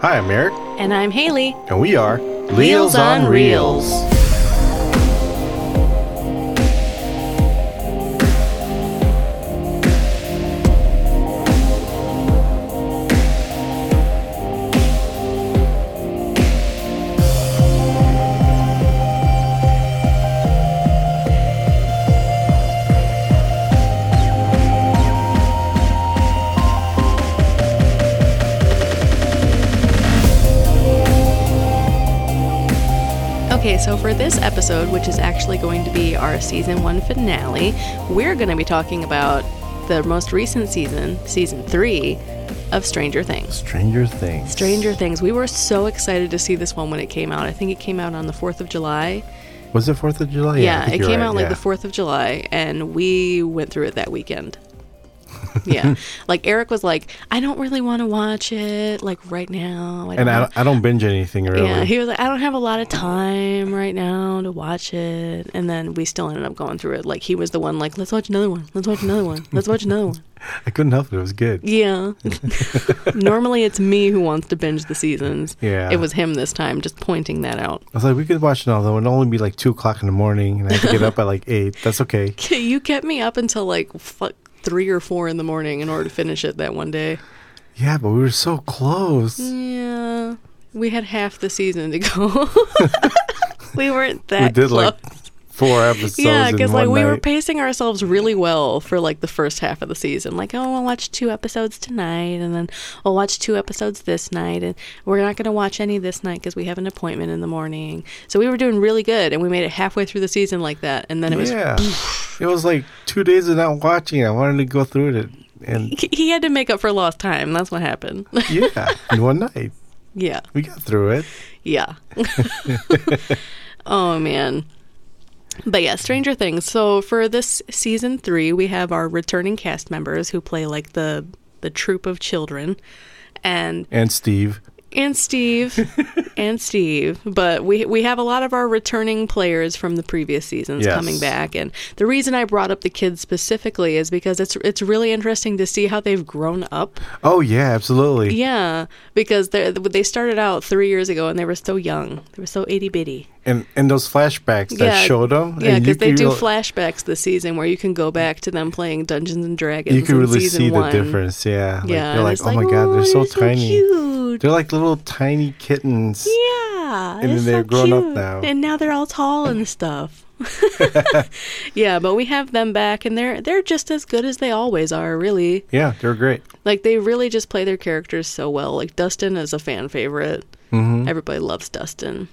Hi, I'm Eric, And I'm Haley. and we are Reels on Reels. Okay, so for this episode, which is actually going to be our season one finale, we're going to be talking about the most recent season, season three, of Stranger Things. Stranger Things. Stranger Things. We were so excited to see this one when it came out. I think it came out on the 4th of July. Was it Fourth of July? I Yeah, think it you're came right, out like yeah. the 4th of July, and we went through it that weekend. yeah. Like Eric was like, I don't really want to watch it like right now. I don't And I have don't, I don't binge anything really. yeah, he was like, I don't have a lot of time right now to watch it. And then we still ended up going through it. Like, he was the one, like, let's watch another one. Let's watch another one. Let's watch another one. I couldn't help it. It was good. Yeah. Normally it's me who wants to binge the seasons. Yeah. It was him this time, just pointing that out. I was like, we could watch it all, though. It'd only be like 2 o'clock in the morning, and I had to get up at like 8. That's okay. You kept me up until like fuck, three or four in the morning in order to finish it that one day. Yeah, but we were so Mm, close. Yeah. We had half the season to go. we weren't that we did close. like four episodes. Yeah, because because like we were pacing ourselves really well for like the first half of the season. Like, oh, we'll watch two episodes tonight, and then we'll watch two episodes this night, and we're not going to watch any this night because we have an appointment in the morning. So we were doing really good, and we made it halfway through the season like that, and then it was. yeah. it was like two days of not watching. I wanted to go through it. And He- He had to make up for lost time. That's what happened. yeah, in one night. yeah, We got through it. yeah. oh man. But yeah, Stranger Things. So for this season three, we have our returning cast members who play like the the troop of children, and And Steve. and Steve, and Steve. But we we have a lot of our returning players from the previous seasons Yes. coming back, and the reason I brought up the kids specifically is because it's it's really interesting to see how they've grown up. Oh, yeah, absolutely. Yeah, because they they started out three years ago and they were so young, they were so itty bitty. And and those flashbacks that showed them. and Yeah, you because they could do real- flashbacks this season where you can go back to them playing Dungeons and Dragons. You can in really season see one. the difference. Yeah. Like, Yeah, You're and like, it's oh my God, they're so tiny. cute. They're like little tiny kittens. yeah, And then it's they're so grown up cute. now. and now they're all tall and stuff. yeah, but we have them back, and they're they're just as good as they always are. Really, Yeah, they're great. like they really just play their characters so well. Like Dustin is a fan favorite. Mm-hmm. Everybody loves Dustin.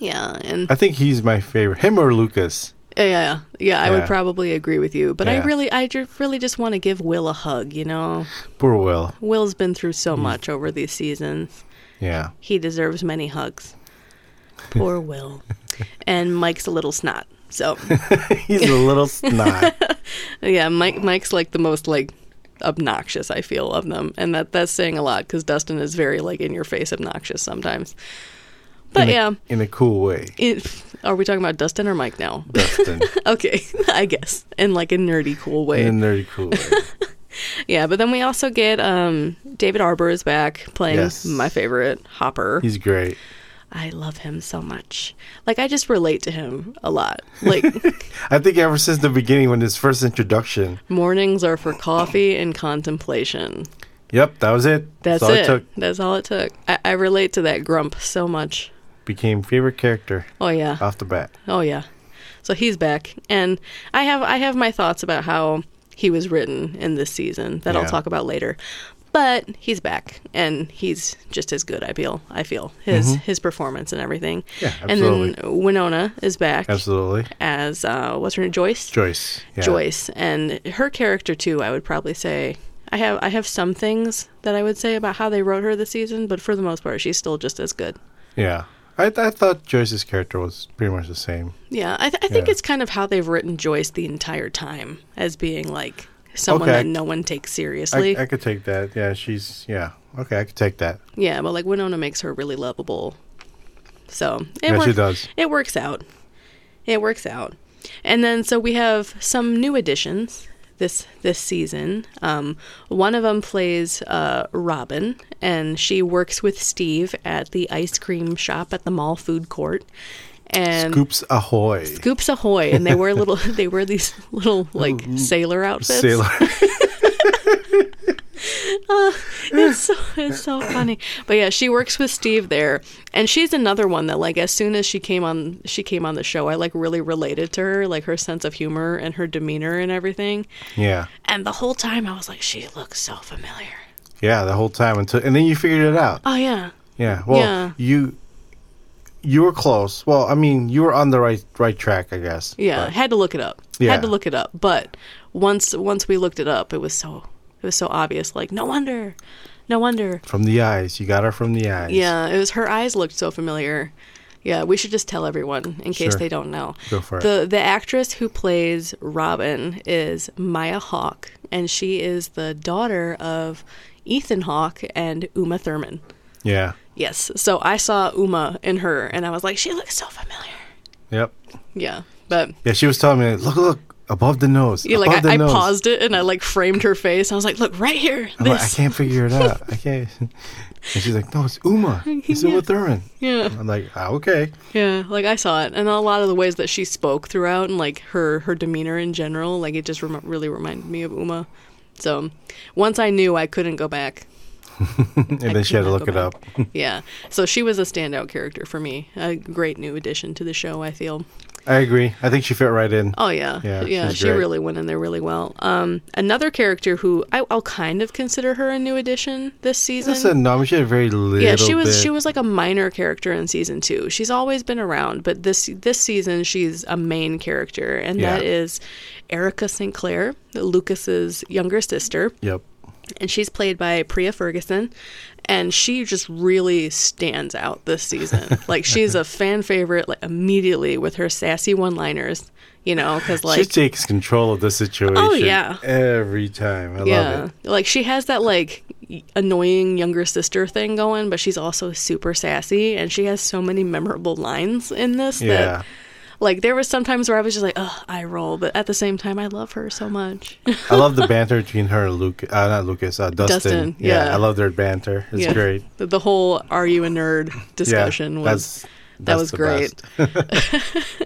Yeah, and I think he's my favorite. Him or Lucas. Yeah, yeah, yeah. I Yeah. would probably agree with you, but Yeah. I really, I ju- really just want to give Will a hug. You know, Poor Will. Will's been through Mm. so much over these seasons. Yeah. He deserves many hugs. Poor Will. and Mike's a little snot. So He's a little snot. yeah, Mike. Mike's like the most like obnoxious I feel of them, and that that's saying a lot because Dustin is very like in your face obnoxious sometimes. But in a, yeah, In a cool way. it, are we talking about Dustin or Mike now? Dustin. okay, I guess in like a nerdy cool way. in a nerdy cool way. Yeah, but then we also get um, David Arbor is back playing Yes. my favorite Hopper. He's great. I love him so much. Like I just relate to him a lot. Like I think ever since the beginning when his first introduction. mornings are for coffee and contemplation. Yep, that was it. That's all it. it took. That's all it took. I-, I relate to that grump so much. Became favorite character Oh yeah. off the bat. Oh yeah. So he's back, and I have I have my thoughts about how he was written in this season that Yeah. I'll talk about later. But he's back, and he's just as good. I feel. I feel his his performance and everything. Mm-hmm. Yeah, And then Winona is back Absolutely. as uh, what's her name, Joyce. Joyce. Yeah. Joyce, and her character too. I would probably say I have I have some things that I would say about how they wrote her this season, but for the most part, she's still just as good. Yeah. I, I thought Joyce's character was pretty much the same. Yeah, I, th- I think Yeah. it's kind of how they've written Joyce the entire time as being like someone Okay. that no one takes I, seriously. I could take that. Yeah, she's, yeah. Okay, I could take that. yeah, but like Winona makes her really lovable. So it Yeah, she works- does. It works out. It works out. And then so we have some new additions this this season. Um, one of them plays uh, Robin, and she works with Steve at the ice cream shop at the mall food court. And Scoops ahoy. Scoops Ahoy, and they wear little. They wear these little like sailor outfits. Mm-hmm. Sailor. It's so it's so funny. But yeah, she works with Steve there, and she's another one that like as soon as she came on she came on the show, I like really related to her, like her sense of humor and her demeanor and everything. yeah. And the whole time I was like, she looks so familiar. Yeah, the whole time until and then you figured it out. Oh yeah, Yeah. Well, Yeah. you you were close. Well, I mean, you were on the right right track, I guess. yeah. Had to look it up. Yeah. Had to look it up. But once once we looked it up, it was so it was so obvious. Like no wonder, no wonder. From the eyes, you got her from the eyes. Yeah, it was her eyes looked so familiar. Yeah, we should just tell everyone in case Sure. they don't know. Go for it. The the actress who plays Robin is Maya Hawke, and she is the daughter of Ethan Hawke and Uma Thurman. Yeah. Yes. So I saw Uma in her and I was like, she looks so familiar. Yep. Yeah. But Yeah, she was telling me, look, look, above the nose. yeah, above like the I, I nose. paused it and I like framed her face. I was like, look right here. I'm like, I This. can't figure it out. I can't. And she's like, no, it's Uma. It's Yeah. Uma Thurman. yeah. I'm like, ah, okay. Yeah, like I saw it, and a lot of the ways that she spoke throughout, and like her her demeanor in general, like it just rem- really reminded me of Uma. So once I knew, I couldn't go back. And then she had to cannot look go it up. yeah, so she was a standout character for me, a great new addition to the show. I feel. I agree. I think she fit right in. Oh yeah, Yeah, she's she great. really went in there really well. Um, another character who I, I'll kind of consider her a new addition this season. That's a no, she had very little. Yeah, she was bit. she was like a minor character in season two. She's always been around, but this this season she's a main character, and that Yeah. is Erica Sinclair, Lucas's younger sister, Yep. and she's played by Priya Ferguson, and she just really stands out this season. like she's a fan favorite, like immediately with her sassy one liners, you know, because like Oh, she takes control of the situation. yeah. Every time. I love it. Like she has that like y- annoying younger sister thing going, but she's also super sassy and she has so many memorable lines in this Yeah. that like there was sometimes where I was just like, "Ugh, I roll," but at the same time I love her so much. I love the banter between her and Luke. Uh, not Lucas. Uh, Dustin. Dustin, yeah. I love their banter. It's Yeah. great. The, the whole "Are you a nerd?" Yeah, discussion was that's- that that's was the great. best.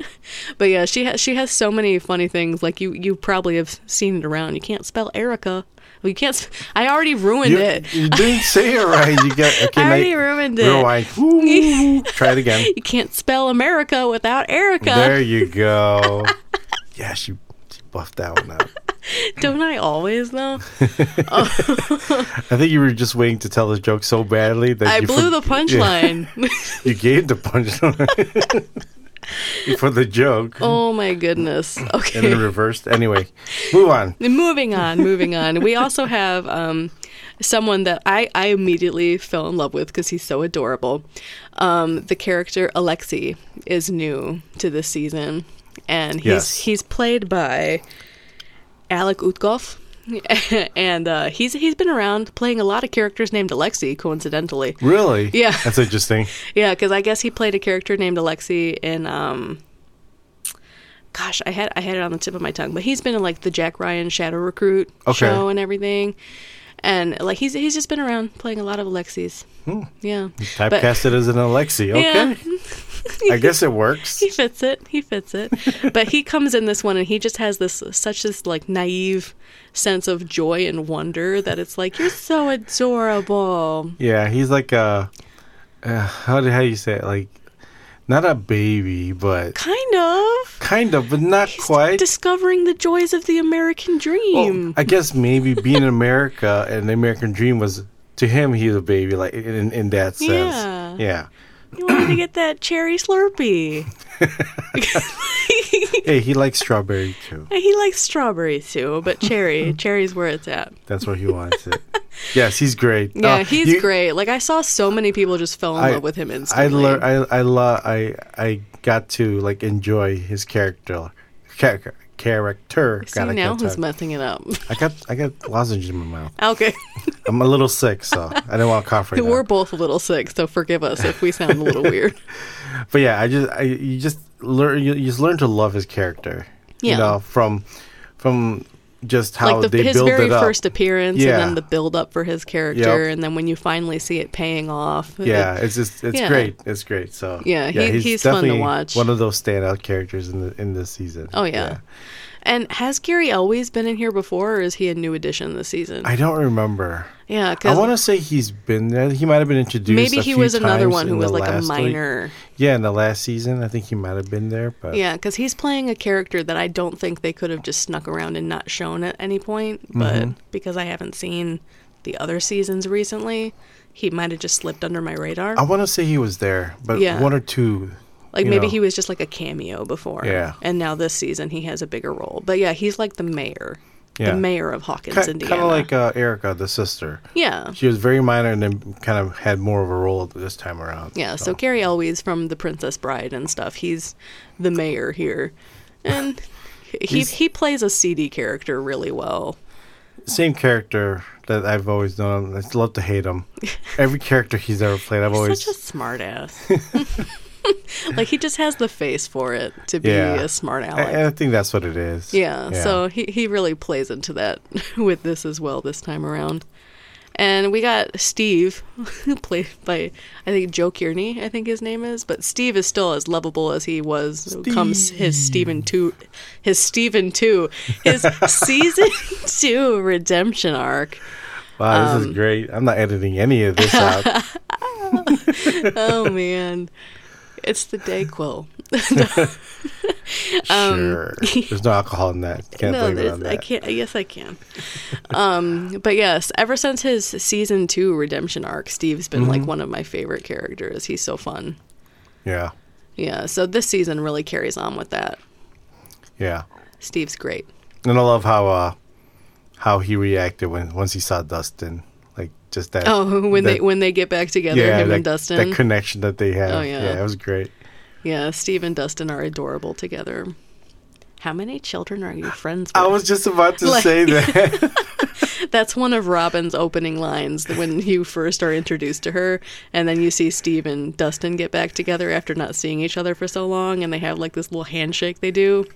But yeah, she has she has so many funny things. Like you you probably have seen it around. You can't spell Erica. Well, you can't. s- I already ruined You, it. you didn't say it right. You got. Okay, I now already you- ruined it. Rewind. Ooh, Try it again. You can't spell America without Erica. There you go. yeah, she, she buffed that one out. Don't I always though? I think you were just waiting to tell this joke so badly that I you blew the for- punchline. yeah, you gave the punchline for the joke oh my goodness. and then Okay. reversed. Anyway, move on. moving on, moving on. We also have um, someone that I, I immediately fell in love with because he's so adorable. Um, the character Alexi is new to this season, and he's Yes. he's played by Alec Utkoff. and uh, he's he's been around playing a lot of characters named Alexi, coincidentally. Really? Yeah. That's interesting. Yeah, because I guess he played a character named Alexi in. Um, gosh, I had I had it on the tip of my tongue, but he's been in like the Jack Ryan Shadow Recruit Okay. show and everything, and like he's he's just been around playing a lot of Alexis. Yeah, But- Typecasted as an Alexi. yeah, Hmm. Okay. I guess it works. he fits it. He fits it. but he comes in this one and he just has this such this like naive sense of joy and wonder that it's like you're so adorable. Yeah, he's like a uh, how do how do you say it? Like not a baby, but Kind of. kind of, but not He's quite. discovering the joys of the American dream. Well, I guess maybe being in America and the American dream was to him he's a baby, like in in that sense. Yeah. Yeah. You wanted to get that cherry Slurpee. Hey, he likes strawberry too. He likes strawberry too, but cherry, cherry's where it's at. That's where he wants it. Yes, he's great. Yeah, Uh, he's you- great. Like I saw so many people just fell in I- love with him I instantly. learned. I I love. I I got to like enjoy his character. Character. Character. See God, I now can't who's talk. messing it up? I got I got lozenges in my mouth. okay, I'm a little sick, so I didn't want to cough right we're now. both a little sick, so forgive us if we sound a little weird. But yeah, I just I you just learn you, you just learn to love his character. Yeah. You know, from from just how like the, they his build very it up. first appearance Yeah. and then the build up for his character and then when you finally see it paying off it- yeah, it's just it's yeah. great. It's great. So Yeah, he- he's fun to definitely watch. One of those standout characters in the in this season. oh yeah. and has gary always been in here before or is he a new addition this season I don't remember. yeah I because want to say he's been there. He might have been introduced. maybe a he few was another times one who in was the like a last, minor yeah, in the last season, I think he might have been there. But Yeah, because he's playing a character that I don't think they could have just snuck around and not shown at any point. But Mm-hmm. because I haven't seen the other seasons recently, he might have just slipped under my radar. I want to say he was there, but Yeah. one or two. like Oh, you maybe know. he was just like a cameo before. Yeah. And now this season he has a bigger role. But yeah, he's like the mayor. Yeah. The mayor of Hawkins, Kind Indiana. of like uh, Erica, the sister. yeah. She was very minor and then kind of had more of a role this time around. Yeah, so Gary Elwes from The Princess Bride and stuff, he's the mayor here. And he He's- he plays a seedy character really well. same character that I've always known. I just love to hate him. Every character he's ever played, I've always such a smart ass. like he just has the face for it to be Yeah. a smart I- aleck. and I think that's what it is. yeah, so he, he really plays into that with this as well this time around. And we got Steve, played by I think Joe Kearney, I think his name is, but Steve is still as lovable as he was. Comes his Stephen two, his Stephen two, his season two redemption arc. wow, um, this is great. I'm not editing any of this out. Oh man, it's the Dayquil. sure, there's no alcohol in that. Can't Um, no, blame it there's- on I that. can't. Yes, I can. um, but yes, ever since his season two redemption arc, Steve's been Mm-hmm. like one of my favorite characters. He's so fun. Yeah, Yeah. So this season really carries on with that. yeah. Steve's great. And I love how uh, how he reacted when once he saw Dustin, like just that. Oh, when they that- when they get back together, yeah, him that, and Dustin. that connection that they have. Oh, yeah. yeah. it was great. yeah, Steve and Dustin are adorable together. How many children are you friends with? I was just about to Like- say that. That's one of Robin's opening lines when you first are introduced to her, and then you see Steve and Dustin get back together after not seeing each other for so long, and they have like this little handshake they do,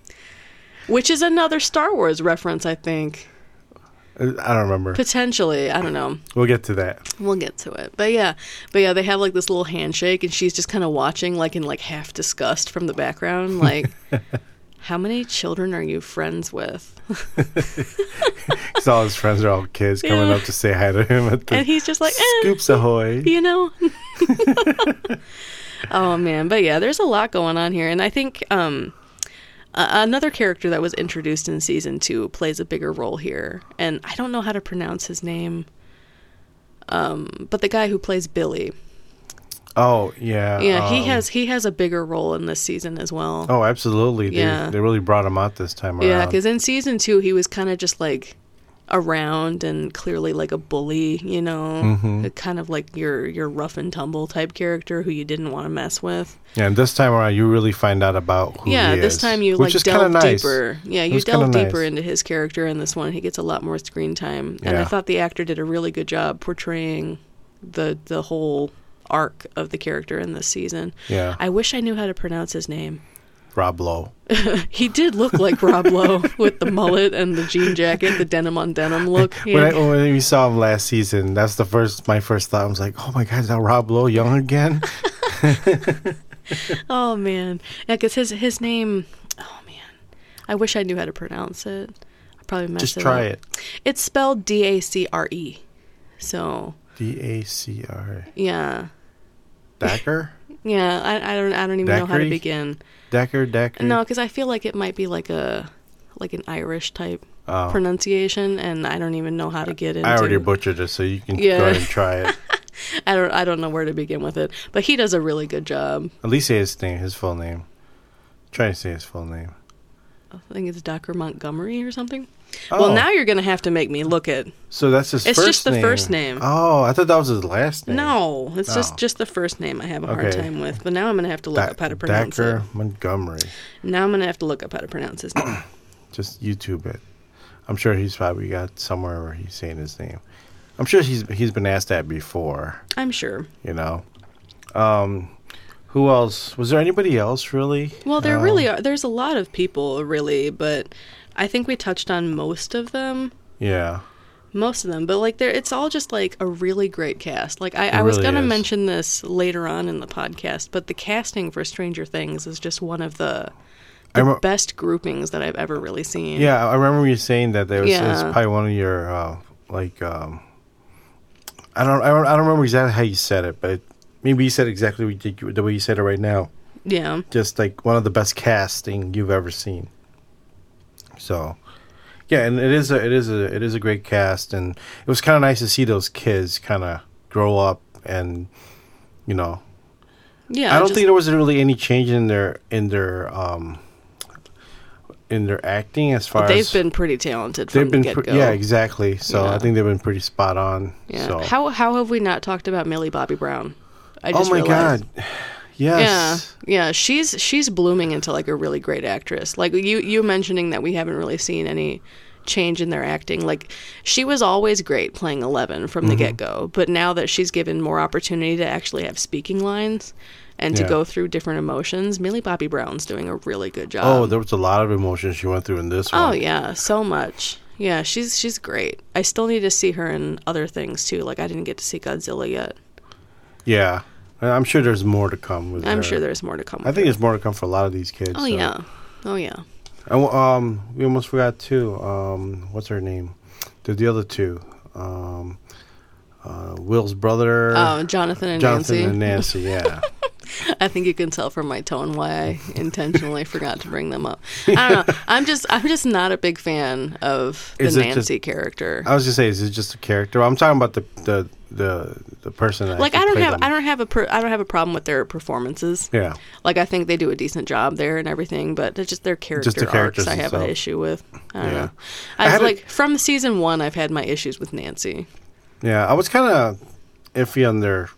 which is another Star Wars reference, I think. I don't remember. Potentially, I don't know. We'll get to that. We'll get to it, but yeah, but yeah, they have like this little handshake, and she's just kind of watching, like in like half disgust from the background, like. How many children are you friends with? Because all his friends are all kids coming Yeah. up to say hi to him at the And he's just like, eh. Scoops ahoy. you know oh man but yeah there's a lot going on here and i think um a- another character that was introduced in season two plays a bigger role here and i don't know how to pronounce his name um but the guy who plays billy Oh yeah. yeah he um, has he has a bigger role in this season as well Oh, absolutely. They, Yeah. they really brought him out this time Yeah, around. because in season two he was kind of just like around and clearly like a bully, you know, kind of like your your rough and tumble type character who you didn't want to mess with. Yeah, and this time around, you really find out about who yeah, he this is, time you which like is kinda delve nice. deeper. Yeah, you was kinda delve deeper nice. into his character in this one. He gets a lot more screen time, and I Yeah. thought the actor did a really good job portraying the the whole arc of the character in this season. Yeah, I wish I knew how to pronounce his name. Rob Lowe. He did look like Rob Lowe with the mullet and the jean jacket, the denim on denim look. He When, had- I, when we saw him last season, that's the first my first thought. I was like, oh my god, is that Rob Lowe young again? oh man, yeah, because his his name. Oh man, I wish I knew how to pronounce it. I probably messed Just it try up. it. It's spelled D A C R E. So D A C R yeah, Dacker yeah. I, I don't I don't even know how to Daiquiri? begin. Dacker Dacker. No, because I feel like it might be like a like an Irish type Oh. pronunciation, and I don't even know how to get into. I already butchered it, so you can Yeah. go ahead and try it. I don't I don't know where to begin with it, but he does a really good job. At least say his name, his full name. Try to say his full name. I think it's Dr. Montgomery or something. Oh. Well, now you're going to have to make me look at. So that's his. It's first just the name. first name. Oh, I thought that was his last name. No, it's Oh. just just the first name I have a hard Okay. time with. But now I'm going to have to look Da- up how to pronounce Dacker Montgomery. it. Now I'm going to have to look up how to pronounce his name. Just YouTube it. I'm sure he's probably got somewhere where he's saying his name. I'm sure he's he's been asked that before. I'm sure. You know, um, Who else? Was there anybody else really? Well, there Um, really are. There's a lot of people, really, but I think we touched on most of them. Yeah. Most of them, but like, there, it's all just like a really great cast. Like, I, I was really gonna is. mention this later on in the podcast, but the casting for Stranger Things is just one of the, I the rem- best groupings that I've ever really seen. Yeah, I remember you saying that there was, it was Yeah. probably one of your uh, like um, I don't I don't I don't remember exactly how you said it, but maybe you said exactly what you did, the way you said it right now. yeah. Just like one of the best casting you've ever seen. So, yeah, and it is a it is a it is a great cast, and it was kind of nice to see those kids kind of grow up and you know Yeah, I don't just- think there was really any change in their in their um in their acting as far they've as been pretty talented from they've been the get pre- go. yeah exactly so Yeah. I think they've been pretty spot on Yeah. so How how have we not talked about Millie Bobby Brown? I oh just my realized. god yes Yeah. Yeah, she's she's blooming into like a really great actress. Like you you mentioning that we haven't really seen any change in their acting. Like she was always great playing 11 from Mm-hmm. the get-go, but now that she's given more opportunity to actually have speaking lines and to Yeah. go through different emotions, Millie Bobby Brown's doing a really good job. oh there was a lot of emotions she went through in this Um, Oh one. yeah, so much. Yeah, she's she's great. I still need to see her in other things too. Like I didn't get to see Godzilla yet. yeah And I'm sure there's more to come with I'm her. sure there's more to come. I think there's more to come for a lot of these kids Oh so. yeah. Oh yeah. and um we almost forgot too um what's her name the, the other two um uh, Will's brother Oh, Jonathan and Jonathan Nancy. and Nancy yeah. I think you can tell from my tone why I intentionally forgot to bring them up. I don't know. I'm just I'm just not a big fan of the Is it just- Nancy character. I was just saying, is it just a character? I'm talking about the the the, the person. That like I actually don't played have them. I don't have a per, I don't have a problem with their performances. Yeah, Like I think they do a decent job there and everything, but it's just their character the characters arcs I have an themselves. issue with. I don't Yeah. know. I I, had a- like from season one, I've had my issues with Nancy. yeah. I was kind of iffy on their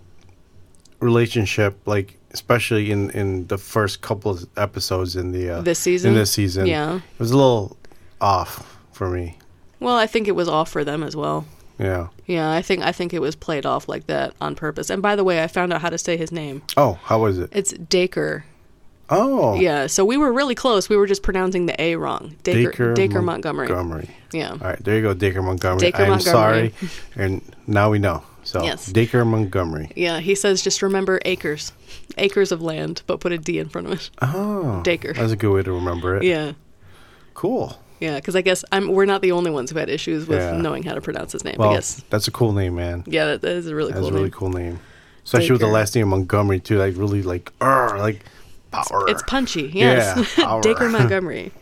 relationship, like especially in in the first couple of episodes in the uh, This season? In this season, Yeah. it was a little off for me. Well, I think it was all for them as well. Yeah. Yeah, I think I think it was played off like that on purpose. And by the way, I found out how to say his name. Oh, how was it? It's Dacre. Oh, Yeah, so we were really close. We were just pronouncing the A wrong. Dacre Dacre, Mon- Montgomery. Montgomery. Yeah. All right, there you go, Dacre Montgomery. Dacre I'm Montgomery. sorry, and now we know. So Yes. Dacre Montgomery. Yeah, he says just remember acres. Acres of land, but put a D in front of it. Oh, Dacre. That's a good way to remember it. Yeah. Cool. Yeah, because I guess I'm, we're not the only ones who had issues with Yeah. knowing how to pronounce his name. Well, I guess. that's a cool name, man. Yeah, that, that is a really That's cool a really name. cool name. Especially with the Baker. last name Montgomery too. Like really like "Arr," like power. It's punchy. Yes. Yeah, Dacre our- Montgomery.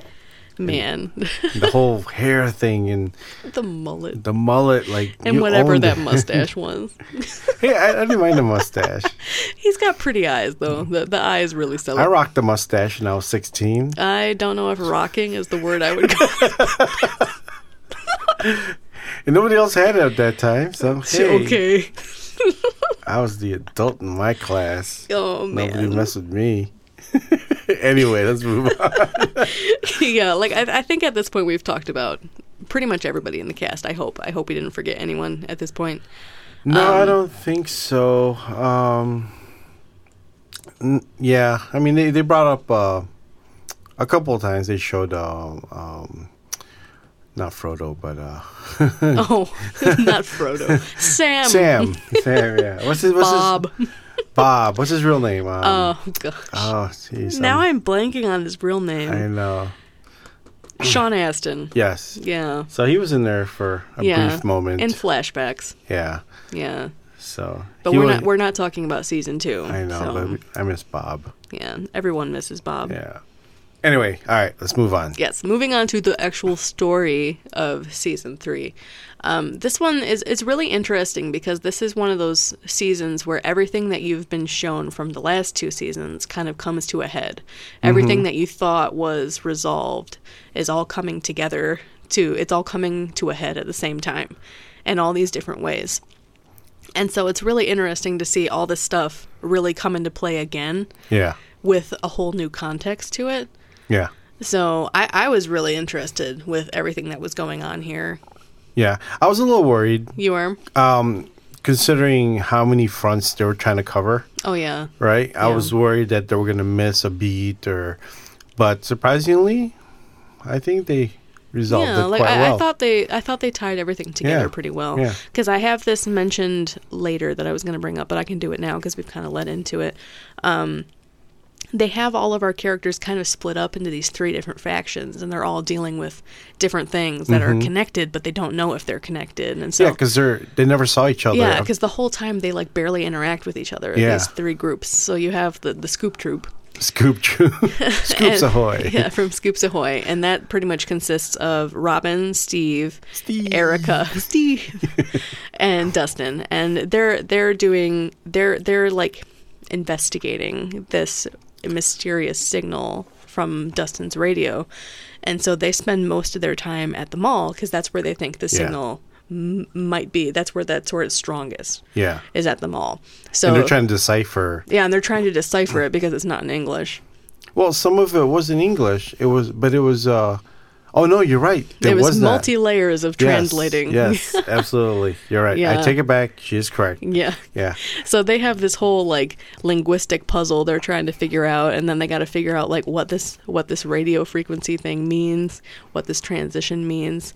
Man, the whole hair thing and the mullet. the mullet, like And you whatever owned that it. mustache was. hey, I, I didn't mind the mustache. He's got pretty eyes, though. The, the eyes really sell I it. rocked the mustache when I was sixteen. I don't know if rocking is the word I would call And nobody else had it at that time. So it. hey, Okay. I was the adult in my class. Oh, Nobody man. messed with me. anyway, let's move on. yeah, like, I, I think at this point we've talked about pretty much everybody in the cast. I hope. I hope we didn't forget anyone at this point. No, Um, I don't think so. Um, n- yeah, I mean they, they brought up uh, a couple of times. They showed um, um, not Frodo, but uh, Oh, not Frodo. Sam. Sam. Sam, yeah. What's his? What's Bob. His, Bob. What's his real name? Um, Oh, gosh. oh, jeez. now I'm- I'm blanking on his real name. I know. Sean Astin. Yes. Yeah. So he was in there for a yeah. brief moment. In flashbacks. yeah. Yeah. So. But he we're was- not we're not talking about season two. I know. so, but we- I miss Bob. yeah. Everyone misses Bob. Yeah. Anyway, all right. Let's move on. Yes. Moving on to the actual story of season three. Um, this one is it's really interesting because this is one of those seasons where everything that you've been shown from the last two seasons kind of comes to a head. Everything that you thought was resolved is all coming together to it's all coming to a head at the same time in all these different ways. And so it's really interesting to see all this stuff really come into play again Yeah. with a whole new context to it. Yeah. So I, I was really interested with everything that was going on here. Yeah, I was a little worried You were? um, considering how many fronts they were trying to cover. Oh yeah. right? I Yeah. was worried that they were going to miss a beat or but surprisingly, I think they resolved yeah, it like quite I, well. I thought they, I thought they tied everything together Yeah, pretty well. yeah. Because I have this mentioned later that I was going to bring up, but I can do it now because we've kind of led into it. Um, they have all of our characters kind of split up into these three different factions, and they're all dealing with different things that are connected, but they don't know if they're connected. And so, Mm-hmm. yeah, cuz they're they never saw each other. Yeah, because the whole time they like barely interact with each other. Yeah. These three groups. So you have the the scoop troop. Scoop Troop. Scoops and- Ahoy. Yeah, from Scoops Ahoy, and that pretty much consists of Robin, Steve, Steve. Erica, Steve, and Dustin, and they're they're doing they're they're like investigating this mysterious signal from Dustin's radio, and so they spend most of their time at the mall because that's where they think the Yeah. signal m- might be. That's where that's where it's strongest Yeah. is at the mall. So and they're trying to decipher. yeah, and they're trying to decipher it because it's not in English. Well, some of it was in English. It was but it was uh Oh no, you're right. There it was, that. multi layers of Yes, translating. Yes, absolutely. You're right. Yeah. Mm. I take it back. She is correct. Yeah. Yeah. So they have this whole like linguistic puzzle they're trying to figure out and then they got to figure out like what this what this radio frequency thing means, what this transition means.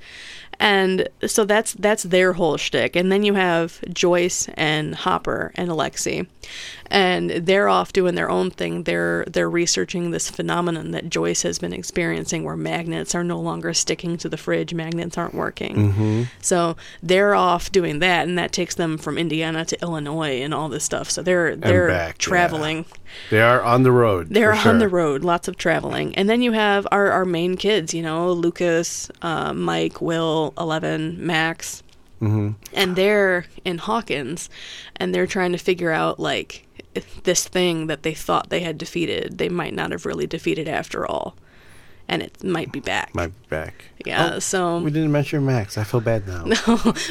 And so that's that's their whole shtick. And then you have Joyce and Hopper and Alexi. And they're off doing their own thing. They're they're researching this phenomenon that Joyce has been experiencing where magnets are no longer sticking to the fridge, magnets aren't working. Mm-hmm. So they're off doing that, and that takes them from Indiana to Illinois and all this stuff. So they're they're back, yeah. traveling. They are on the road. They're for on the sure. road, lots of traveling. And then you have our our main kids, you know, Lucas, uh, Mike, Will, Eleven, Max, Mm-hmm. and they're in Hawkins, and they're trying to figure out like if this thing that they thought they had defeated, they might not have really defeated after all, and it might be back. My Oh, back. yeah. so We didn't mention Max. I feel bad now.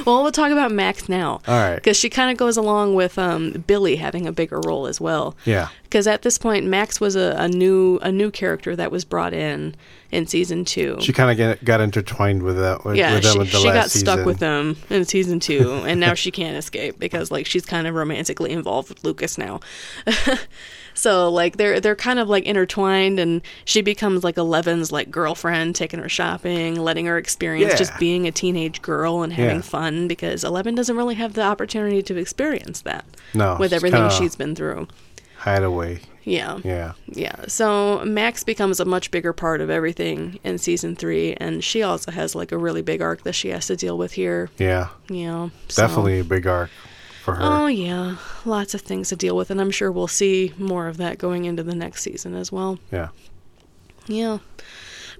well, we'll talk about Max now. All right. Because she kind of goes along with um, Billy having a bigger role as well. Yeah. Because at this point, Max was a, a new a new character that was brought in in season two. She kind of got intertwined with that. With, yeah, with them she, with the she last got stuck season. with him in season two, and now she can't escape because like she's kind of romantically involved with Lucas now. so like they're they're kind of like intertwined, and she becomes like Eleven's like girlfriend, taking her shopping, letting her experience Yeah. just being a teenage girl and having Yeah. fun because Eleven doesn't really have the opportunity to experience that No, with she's everything kinda- she's been through. Hideaway. Yeah. Yeah. Yeah, so Max becomes a much bigger part of everything in season three, and she also has like a really big arc that she has to deal with here. Yeah. You know, so- Definitely a big arc for her. Oh yeah, lots of things to deal with, and I'm sure we'll see more of that going into the next season as well. yeah. Yeah.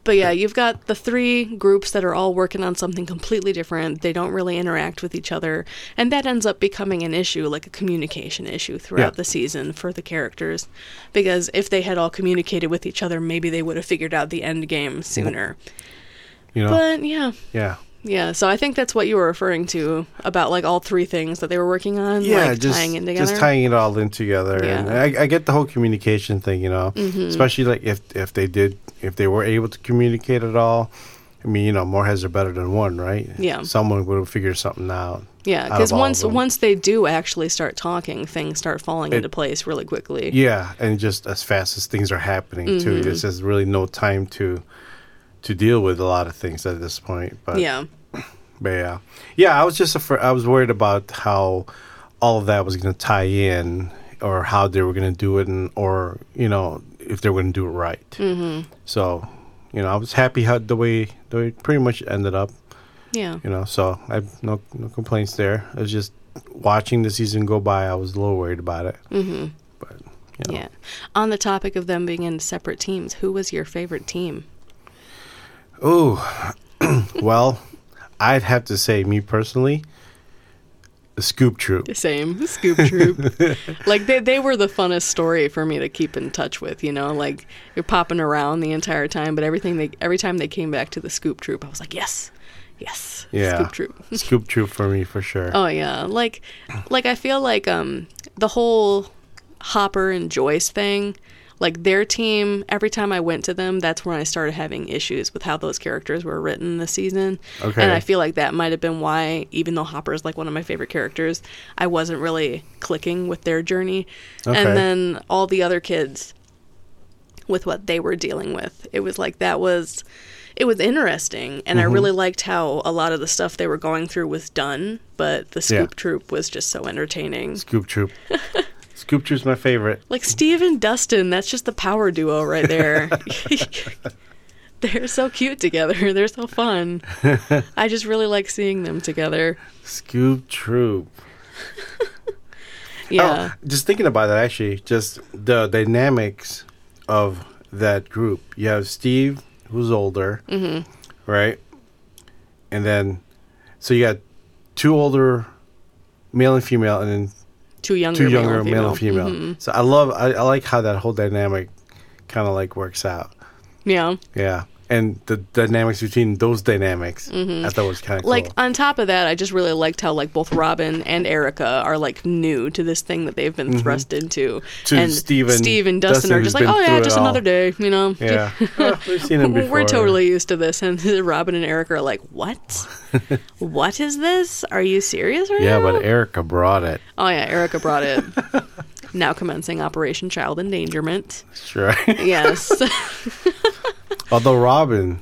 But yeah, you've got the three groups that are all working on something completely different. They don't really interact with each other. And that ends up becoming an issue, like a communication issue throughout Yeah. the season for the characters. Because if they had all communicated with each other, maybe they would have figured out the end game sooner. You know. But yeah. yeah. Yeah. So I think that's what you were referring to about like all three things that they were working on. Yeah. like, just tying in together. just tying it all in together. And Yeah. Mm-hmm. I, I get the whole communication thing. You know, especially like if if they did if they were able to communicate at all. I mean, you know, more heads are better than one, right? Yeah. Someone would have figured something out. out yeah. of Because all of once them. once they do actually start talking, things start falling into place really quickly. Yeah, and just as fast as things are happening too. This is really no time to to deal with a lot of things at this point. But yeah. but yeah, yeah. I was just afraid, I was worried about how all of that was going to tie in, or how they were going to do it, and or you know if they were going to do it right. Mm-hmm. So you know, I was happy how the way the way it pretty much ended up. Yeah. You know, so I have no no complaints there. I was just watching the season go by. I was a little worried about it. Mm-hmm. But you know. Yeah. On the topic of them being in separate teams, who was your favorite team? Oh, well, I'd have to say, me personally, the Scoop Troop. Same. Scoop Troop. like they they were the funnest story for me to keep in touch with, you know, like you're popping around the entire time, but everything they every time they came back to the Scoop Troop, I was like, Yes. Yes. Yeah, Scoop Troop. Scoop Troop for me for sure. Oh yeah. Like like I feel like um the whole Hopper and Joyce thing Like their team, every time I went to them, that's when I started having issues with how those characters were written this season. Okay. And I feel like that might have been why, even though Hopper's like one of my favorite characters, I wasn't really clicking with their journey. Okay. And then all the other kids with what they were dealing with. It was like that was it was interesting and I Mm-hmm. really liked how a lot of the stuff they were going through was done, but the Yeah. scoop troop was just so entertaining. Scoop Troop. Scoop Troop's my favorite. Like Steve and Dustin, that's just the power duo right there. They're so cute together. They're so fun. I just really like seeing them together. Scoop Troop. Yeah. Oh, just thinking about that, actually, just the dynamics of that group. You have Steve, who's older, Mm-hmm. right? And then, so you got two older, male and female, and then Two younger, two younger, male, Mm-hmm. male and female. So I love, I, I like how that whole dynamic kind of like works out. Yeah. Yeah. And the dynamics between those dynamics, I thought was kind of Mm-hmm. like uh, cool. on top of that i just really liked how like both robin and erica are like new to this thing that they've been thrust into Mm-hmm. To and Steve and steve and dustin, Dustin are who's just like been oh yeah through it just another all." day you know Yeah. Oh, we've seen him before. we're totally used to this and robin and erica are like what what is this are you serious right Yeah, now? but Erica brought it. oh yeah erica brought it now commencing operation child endangerment Sure. yes Although Robin,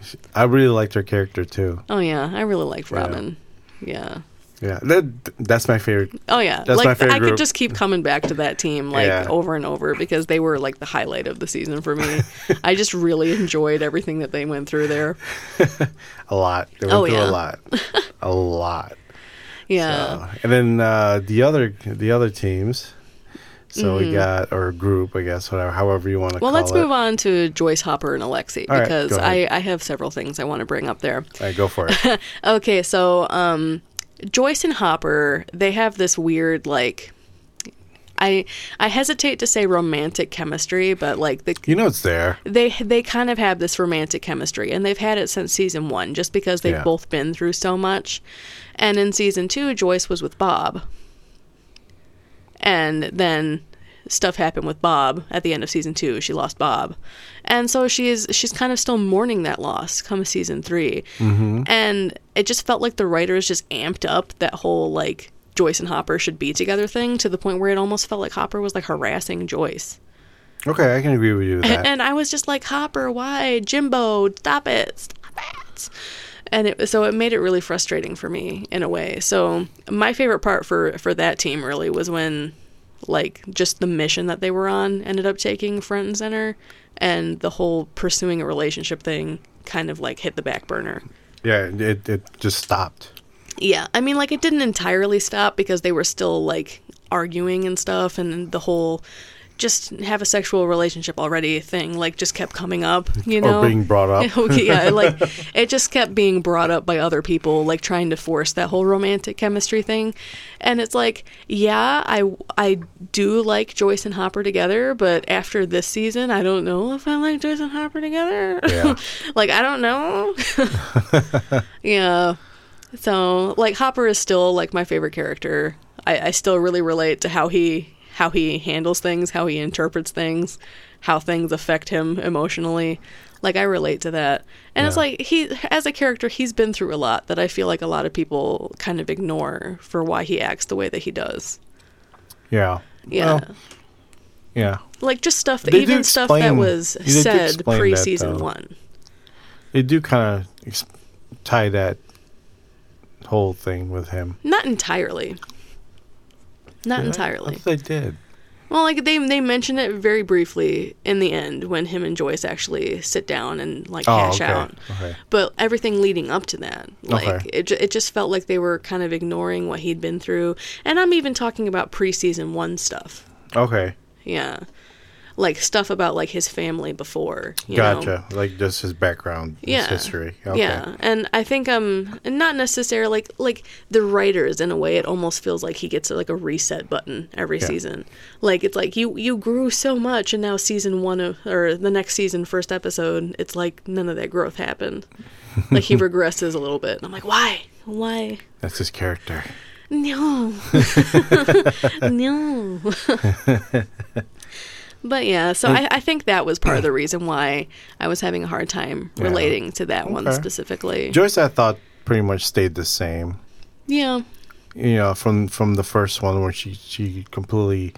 sh- I really liked her character too. oh yeah i really liked Yeah. robin yeah. Yeah, that that's my favorite. Oh yeah, That's like my favorite I group. could just keep coming back to that team like Yeah. over and over because they were like the highlight of the season for me. I just really enjoyed everything that they went through there. A lot. They went Oh, through yeah. a lot. a lot. Yeah, Uh, and then uh, the other the other teams. So we got or group, I guess, whatever, however you want to. Mm-hmm. Well, call let's it. move on to Joyce Hopper and Alexi All right, because go ahead. I, I have several things I want to bring up there. All right, go for it. Okay, so um, Joyce and Hopper, they have this weird like. I I hesitate to say romantic chemistry, but like the you know it's there. they they kind of have this romantic chemistry and they've had it since season 1 just because they've Yeah. both been through so much. And in season 2 Joyce was with Bob. And then stuff happened with Bob at the end of season 2. She lost Bob. And so she's she's kind of still mourning that loss come season 3. And it just felt like the writers just amped up that whole like Joyce and Hopper should be together thing to the point where it almost felt like Hopper was like harassing Joyce. Okay, I can agree with you with that. And I was just like, Hopper, why? Jimbo, stop it. Stop it. And it, so it made it really frustrating for me in a way. So my favorite part for, for that team really was when, like, just the mission that they were on ended up taking front and center, and the whole pursuing a relationship thing kind of like hit the back burner. yeah, it it just stopped. Yeah, I mean, like it didn't entirely stop because they were still like arguing and stuff, and the whole just have a sexual relationship already thing like just kept coming up, you know. Or being brought up. Okay, Oh, yeah, like it just kept being brought up by other people, like trying to force that whole romantic chemistry thing. And it's like, yeah, I I do like Joyce and Hopper together, but after this season, I don't know if I like Joyce and Hopper together. Yeah. like I don't know. yeah. So like Hopper is still like my favorite character. I, I still really relate to how he how he handles things, how he interprets things, how things affect him emotionally. Like I relate to that. And it's Yeah. like he as a character he's been through a lot that I feel like a lot of people kind of ignore for why he acts the way that he does. Yeah. Yeah. Well, yeah. like just stuff that They do even stuff that explain- was they do said explain that, pre season though. one. They do kind of ex- tie that whole thing with him. Not entirely. Not I entirely. thought they did. Well, like they they mention it very briefly in the end when him and Joyce actually sit down and like Oh, hash okay. out. Okay. But everything leading up to that, like Okay. it, ju- it just felt like they were kind of ignoring what he'd been through. And I'm even talking about pre-season one stuff. Okay. Yeah, like stuff about like his family before. You know? Gotcha. Like just his background, Yeah. his history. Okay. Yeah, and I think um, and not necessarily like like the writers in a way. It almost feels like he gets like a reset button every Yeah. season. Like it's like you you grew so much, and now season one of, or the next season first episode, it's like none of that growth happened. Like he regresses a little bit, and I'm like, why, why? That's his character. No. no. But yeah, so I, I think that was part of the reason why I was having a hard time Yeah. relating to that one Okay. specifically. Joyce, I thought, pretty much stayed the same. yeah. You know, from from the first one where she she completely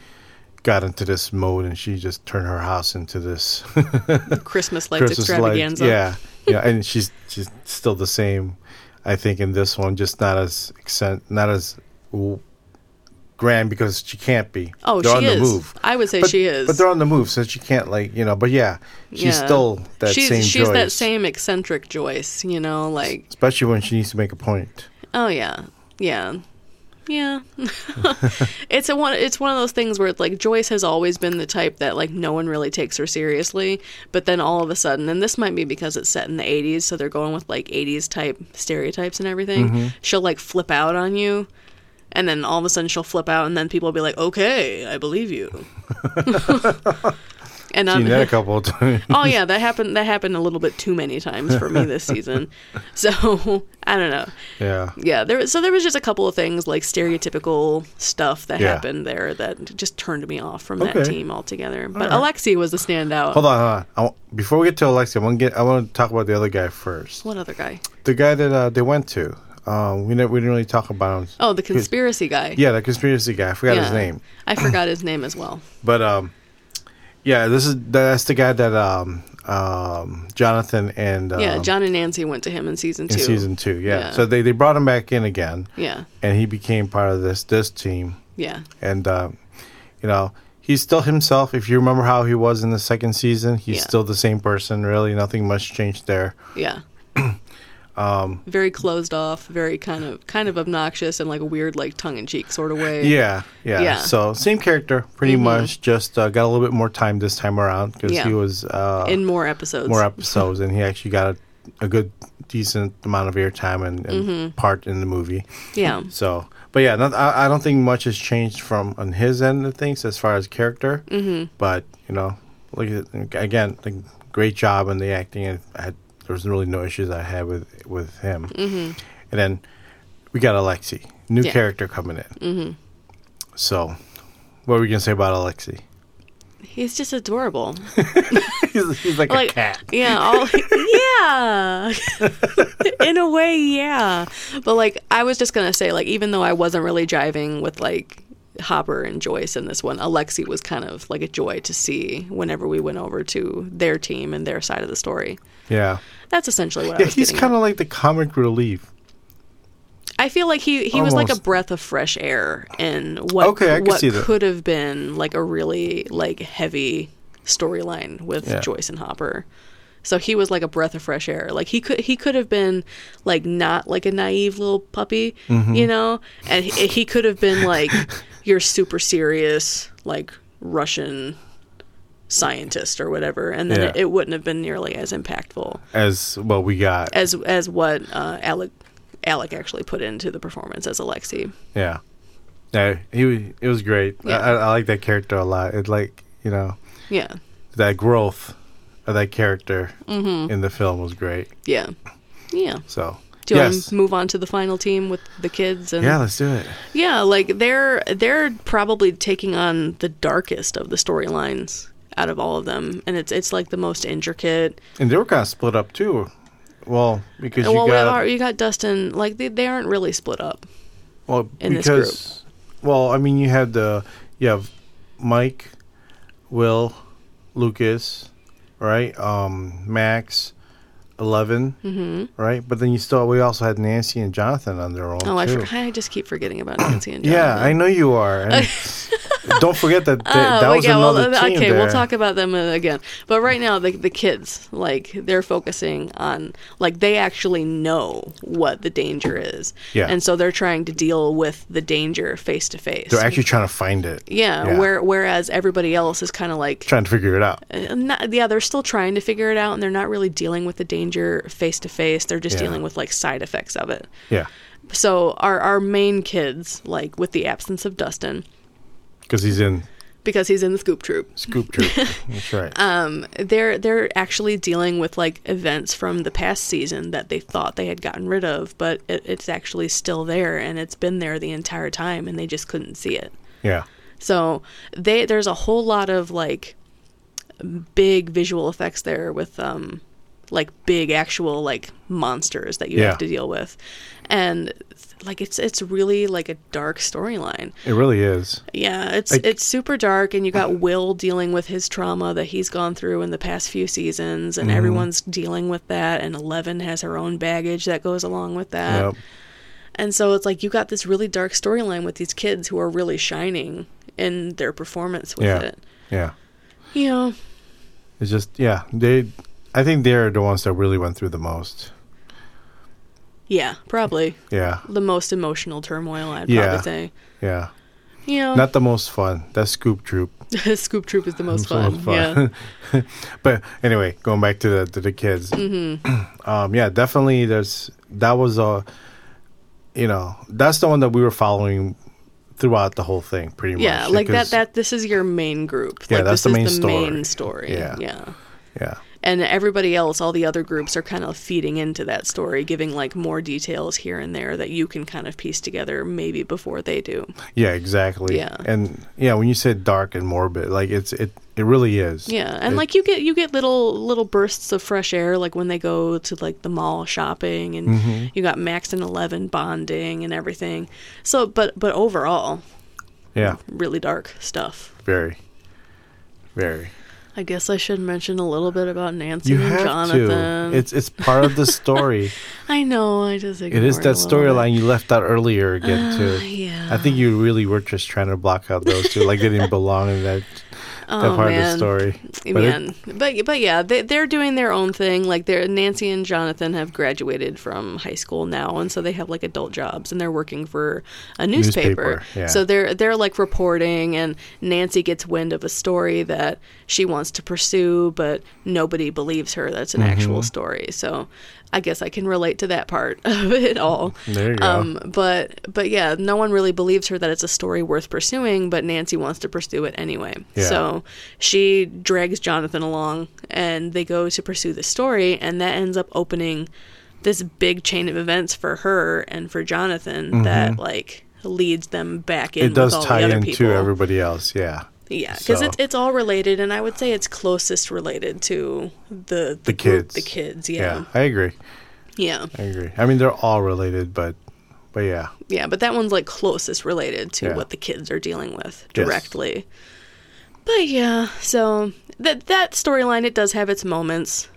got into this mode and she just turned her house into this Christmas lights Christmas light. extravaganza. Yeah, yeah, and she's she's still the same. I think in this one, just not as accent, not as w- grand because she can't be. Oh, They're she on is. the move. I would say but, she is. But they're on the move, so she can't like you know. But yeah, she's Yeah. still that she's same. she's that Joyce, same eccentric Joyce, you know, like especially when she needs to make a point. oh yeah, yeah, yeah. it's a one. It's one of those things where it's like Joyce has always been the type that like no one really takes her seriously, but then all of a sudden, and this might be because it's set in the '80s, so they're going with like '80s type stereotypes and everything. She'll like flip out on you. And then all of a sudden she'll flip out, and then people will be like, "Okay, I believe you." Seen and I'm, that a couple of times. oh yeah, that happened. That happened a little bit too many times for me this season. So I don't know. yeah. Yeah, there. was- So there was just a couple of things like stereotypical stuff that Yeah. happened there that just turned me off from that Okay. team altogether. But Alexi was the standout. Hold on, hold on. I, wa- before we get to Alexia, I want to get. I want to talk about the other guy first. What other guy? The guy that uh, they went to. Um, we never, we didn't really talk about him. Oh, the conspiracy guy. Yeah, the conspiracy guy. I forgot his Yeah. name. I forgot his name as well. But um, yeah, this is that's the guy that um, um, Jonathan and um, Yeah, John and Nancy went to him in season in two. season two. Yeah. Yeah. So they, they brought him back in again, Yeah, and he became part of this this team. yeah, And um, you know, he's still himself. If you remember how he was in the second season, he's Yeah. still the same person. Really, nothing much changed there. yeah. um, very closed off, very kind of kind of obnoxious and like a weird, like tongue in cheek sort of way. Yeah, yeah. Yeah. Mm-hmm. So same character, pretty much. Just uh, got a little bit more time this time around because Yeah. he was uh, in more episodes. more episodes, and he actually got a, a good, decent amount of airtime and, and Mm-hmm. part in the movie. yeah. So, but yeah, not, I, I don't think much has changed from on his end of things as far as character. Mm-hmm. But you know, like again, like, great job in the acting. and I had, there was really no issues I had with with him. Mm-hmm. And then we got Alexi, new Yeah. character coming in. Mm-hmm. So, what were we gonna say about Alexi? He's just adorable. he's, he's like, Like a cat. Yeah, all yeah. In a way, yeah. But like I was just gonna say, like, even though I wasn't really driving with like Hopper and Joyce in this one, Alexi was kind of like a joy to see whenever we went over to their team and their side of the story. Yeah, That's essentially what I yeah. was He's getting kind of like the comic relief. I feel like he, he was like a Almost. breath of fresh air in what Okay, I can what see that. could have been like a really like heavy storyline with Yeah. Joyce and Hopper. So he was like a breath of fresh air. Like he could he could have been like not like a naive little puppy, Mm-hmm. you know, and he, he could have been like your super serious like Russian scientist or whatever, and then Yeah. it, it wouldn't have been nearly as impactful As well, we got as as what uh, Alec Alec actually put into the performance as Alexi. Yeah. No, he was, it was great. Yeah. I, I, I like that character a lot. It like you know Yeah, that growth of that character Mm-hmm. in the film was great. yeah, yeah. So Do you want yes, to move on to the final team with the kids? And yeah, let's do it. yeah, like they're they're probably taking on the darkest of the storylines out of all of them, and it's it's like the most intricate. And they were kind of split up too. Well, because you well, we got are, you got Dustin. Like they, they aren't really split up. well in this because well I mean you had the you have Mike, Will, Lucas, right? Um, Max, 11 right? But then you still we also had Nancy and Jonathan on their own. Mm-hmm. Oh, I, too. for, I just keep forgetting about Nancy and Yeah, Jonathan. I know you are. And don't forget that that, Oh, that well, was yeah, well, another uh, team. okay, there. we'll talk about them uh, again. But right now, the the kids, like they're focusing on, like they actually know what the danger is, Yeah. and so they're trying to deal with the danger face to face. They're actually trying to find it. Yeah, yeah. Where, whereas everybody else is kind of like, Trying to figure it out. uh, not, yeah, they're still trying to figure it out, and they're not really dealing with the danger face to face. They're just Yeah. dealing with like side effects of it Yeah, so our our main kids like with the absence of dustin because he's in because he's in the scoop troop Scoop Troop. That's right. Uh, they're they're actually dealing with like events from the past season that they thought they had gotten rid of, but it, it's actually still there and it's been there the entire time and they just couldn't see it. yeah, So they there's a whole lot of like big visual effects there with um, like big actual like monsters that you Yeah. have to deal with, and like it's it's really like a dark storyline. It really is. Yeah, it's Like- uh-huh. it's super dark, and you got Will dealing with his trauma that he's gone through in the past few seasons, Mm-hmm. and everyone's dealing with that, and Eleven has her own baggage that goes along with that, Yep. and so it's like you got this really dark storyline with these kids who are really shining in their performance with Yeah. it. Yeah. You know, It's just yeah. They, I think they're the ones that really went through the most. yeah, probably Yeah. the most emotional turmoil I'd Yeah. probably say. Yeah. You know, Not the most fun. That's Scoop Troop. Scoop Troop is the most So fun. Yeah, but anyway, going back to the to the kids. Mm-hmm. Um, yeah, definitely. There's that was a, you know, that's the one that we were following throughout the whole thing, pretty much. yeah, like that. because- That this is your main group. Yeah, like, that's this the main is the story. main story. Yeah. yeah. Yeah, and everybody else all the other groups are kind of feeding into that story giving like more details here and there that you can kind of piece together maybe before they do yeah, exactly. Yeah. and yeah, when you said dark and morbid, like it's it it really is. yeah and It- like you get you get little little bursts of fresh air like when they go to like the mall shopping and Mm-hmm. you got max and 11 bonding and everything so but but overall yeah, really dark stuff very, very. i guess i should mention a little bit about nancy You and have jonathan to. It's it's part of the story. i know i just it is that storyline you left out earlier again too. Ah, yeah I think you really were just trying to block out those two, like they didn't belong in that that Oh, part of the man. story. But it- Man, but but yeah, they they're doing their own thing. Like they're Nancy and Jonathan have graduated from high school now, and so they have like adult jobs, and they're working for a newspaper. Newspaper, yeah. So they're they're like reporting, and Nancy gets wind of a story that she wants to pursue, but nobody believes her. That's an Mm-hmm. actual story. So I guess I can relate to that part of it all. There you go. Um, but but yeah, no one really believes her that it's a story worth pursuing, but Nancy wants to pursue it anyway. Yeah. So she drags Jonathan along and they go to pursue the story and that ends up opening this big chain of events for her and for Jonathan that like leads them back in Mm-hmm. it with does all tie the other into people. everybody else. Yeah, Yeah, because So- it's it's all related, and I would say it's closest related to the the, group, kids. the kids, yeah, yeah, I agree. yeah, I agree. I mean, they're all related, but but yeah, yeah. But that one's like closest related to Yeah. what the kids are dealing with Yes. directly. But yeah, so that that storyline it does have its moments.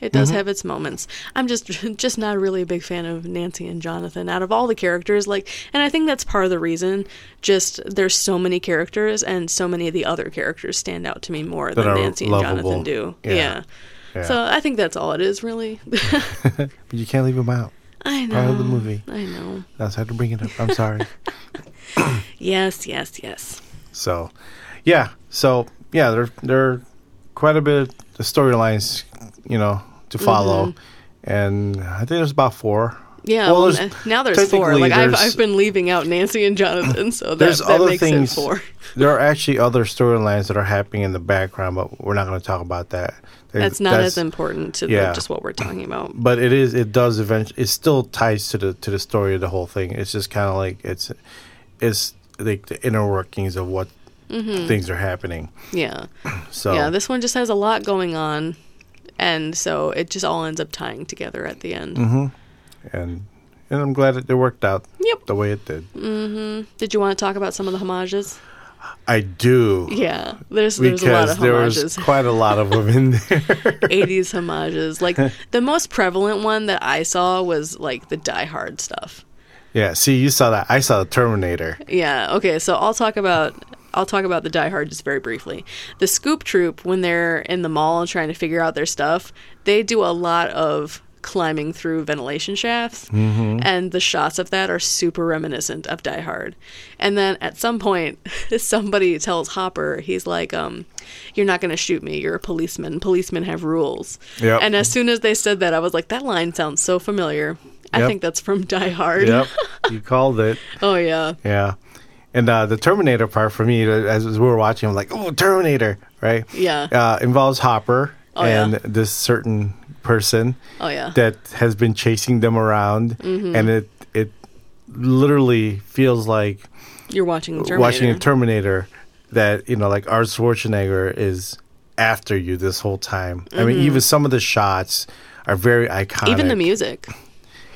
It Mm-hmm. does have its moments. I'm just just not really a big fan of Nancy and Jonathan out of all the characters like and I think that's part of the reason just there's so many characters and so many of the other characters stand out to me more than are Nancy and lovable. Jonathan do. Yeah. Yeah. yeah. So I think that's all it is really. but you can't leave them out. I know. Part of the movie. I know. I just had to bring it up. I'm sorry. Yes, yes, yes. so, yeah. So yeah, there there are quite a bit of the storylines, you know, to follow, and I think there's about four. Mm-hmm. Yeah, Well, well, there's- n- now there's four. technically Like I've, there's- I've been leaving out Nancy and Jonathan, so that, There's that other makes things- it four. There are actually other storylines that are happening in the background, but we're not going to talk about that. There- That's not as important to the- yeah. just what we're talking about. but it is it does eventually it still ties to the to the story of the whole thing it's just kind of like it's it's like the inner workings of what things are happening Yeah. so Mm-hmm. Yeah, this one just has a lot going on. And so it just all ends up tying together at the end. Mm-hmm. and and i'm glad that it worked out Yep. the way it did Did you want to talk about some of the homages? i do Yeah. There's there's a lot because of there homages. was quite a lot of them in there 80s homages. Like the most prevalent one that I saw was like the Die Hard stuff. yeah see you saw that i saw the terminator Yeah. Okay. So I'll talk about I'll talk about the Die Hard just very briefly. The Scoop Troop, when they're in the mall and trying to figure out their stuff, they do a lot of climbing through ventilation shafts, Mm-hmm. and the shots of that are super reminiscent of Die Hard. And then at some point, somebody tells Hopper, he's like, um, "You're not going to shoot me. You're a policeman. Policemen have rules." Yep. And as soon as they said that, I was like, "That line sounds so familiar." I Yep. think that's from Die Hard. yep you called it Oh yeah. yeah and uh, the Terminator part for me, uh, as as we were watching, I'm like, "Oh, Terminator!" Right? Yeah. Uh, involves Hopper Oh, yeah. and this certain person Oh yeah. that has been chasing them around, Mm-hmm. and it it literally feels like You're watching the Terminator. watching a Terminator that you know, like Arnold Schwarzenegger is after you this whole time. I mean, even some of the shots are very iconic. Mm-hmm. Even the music.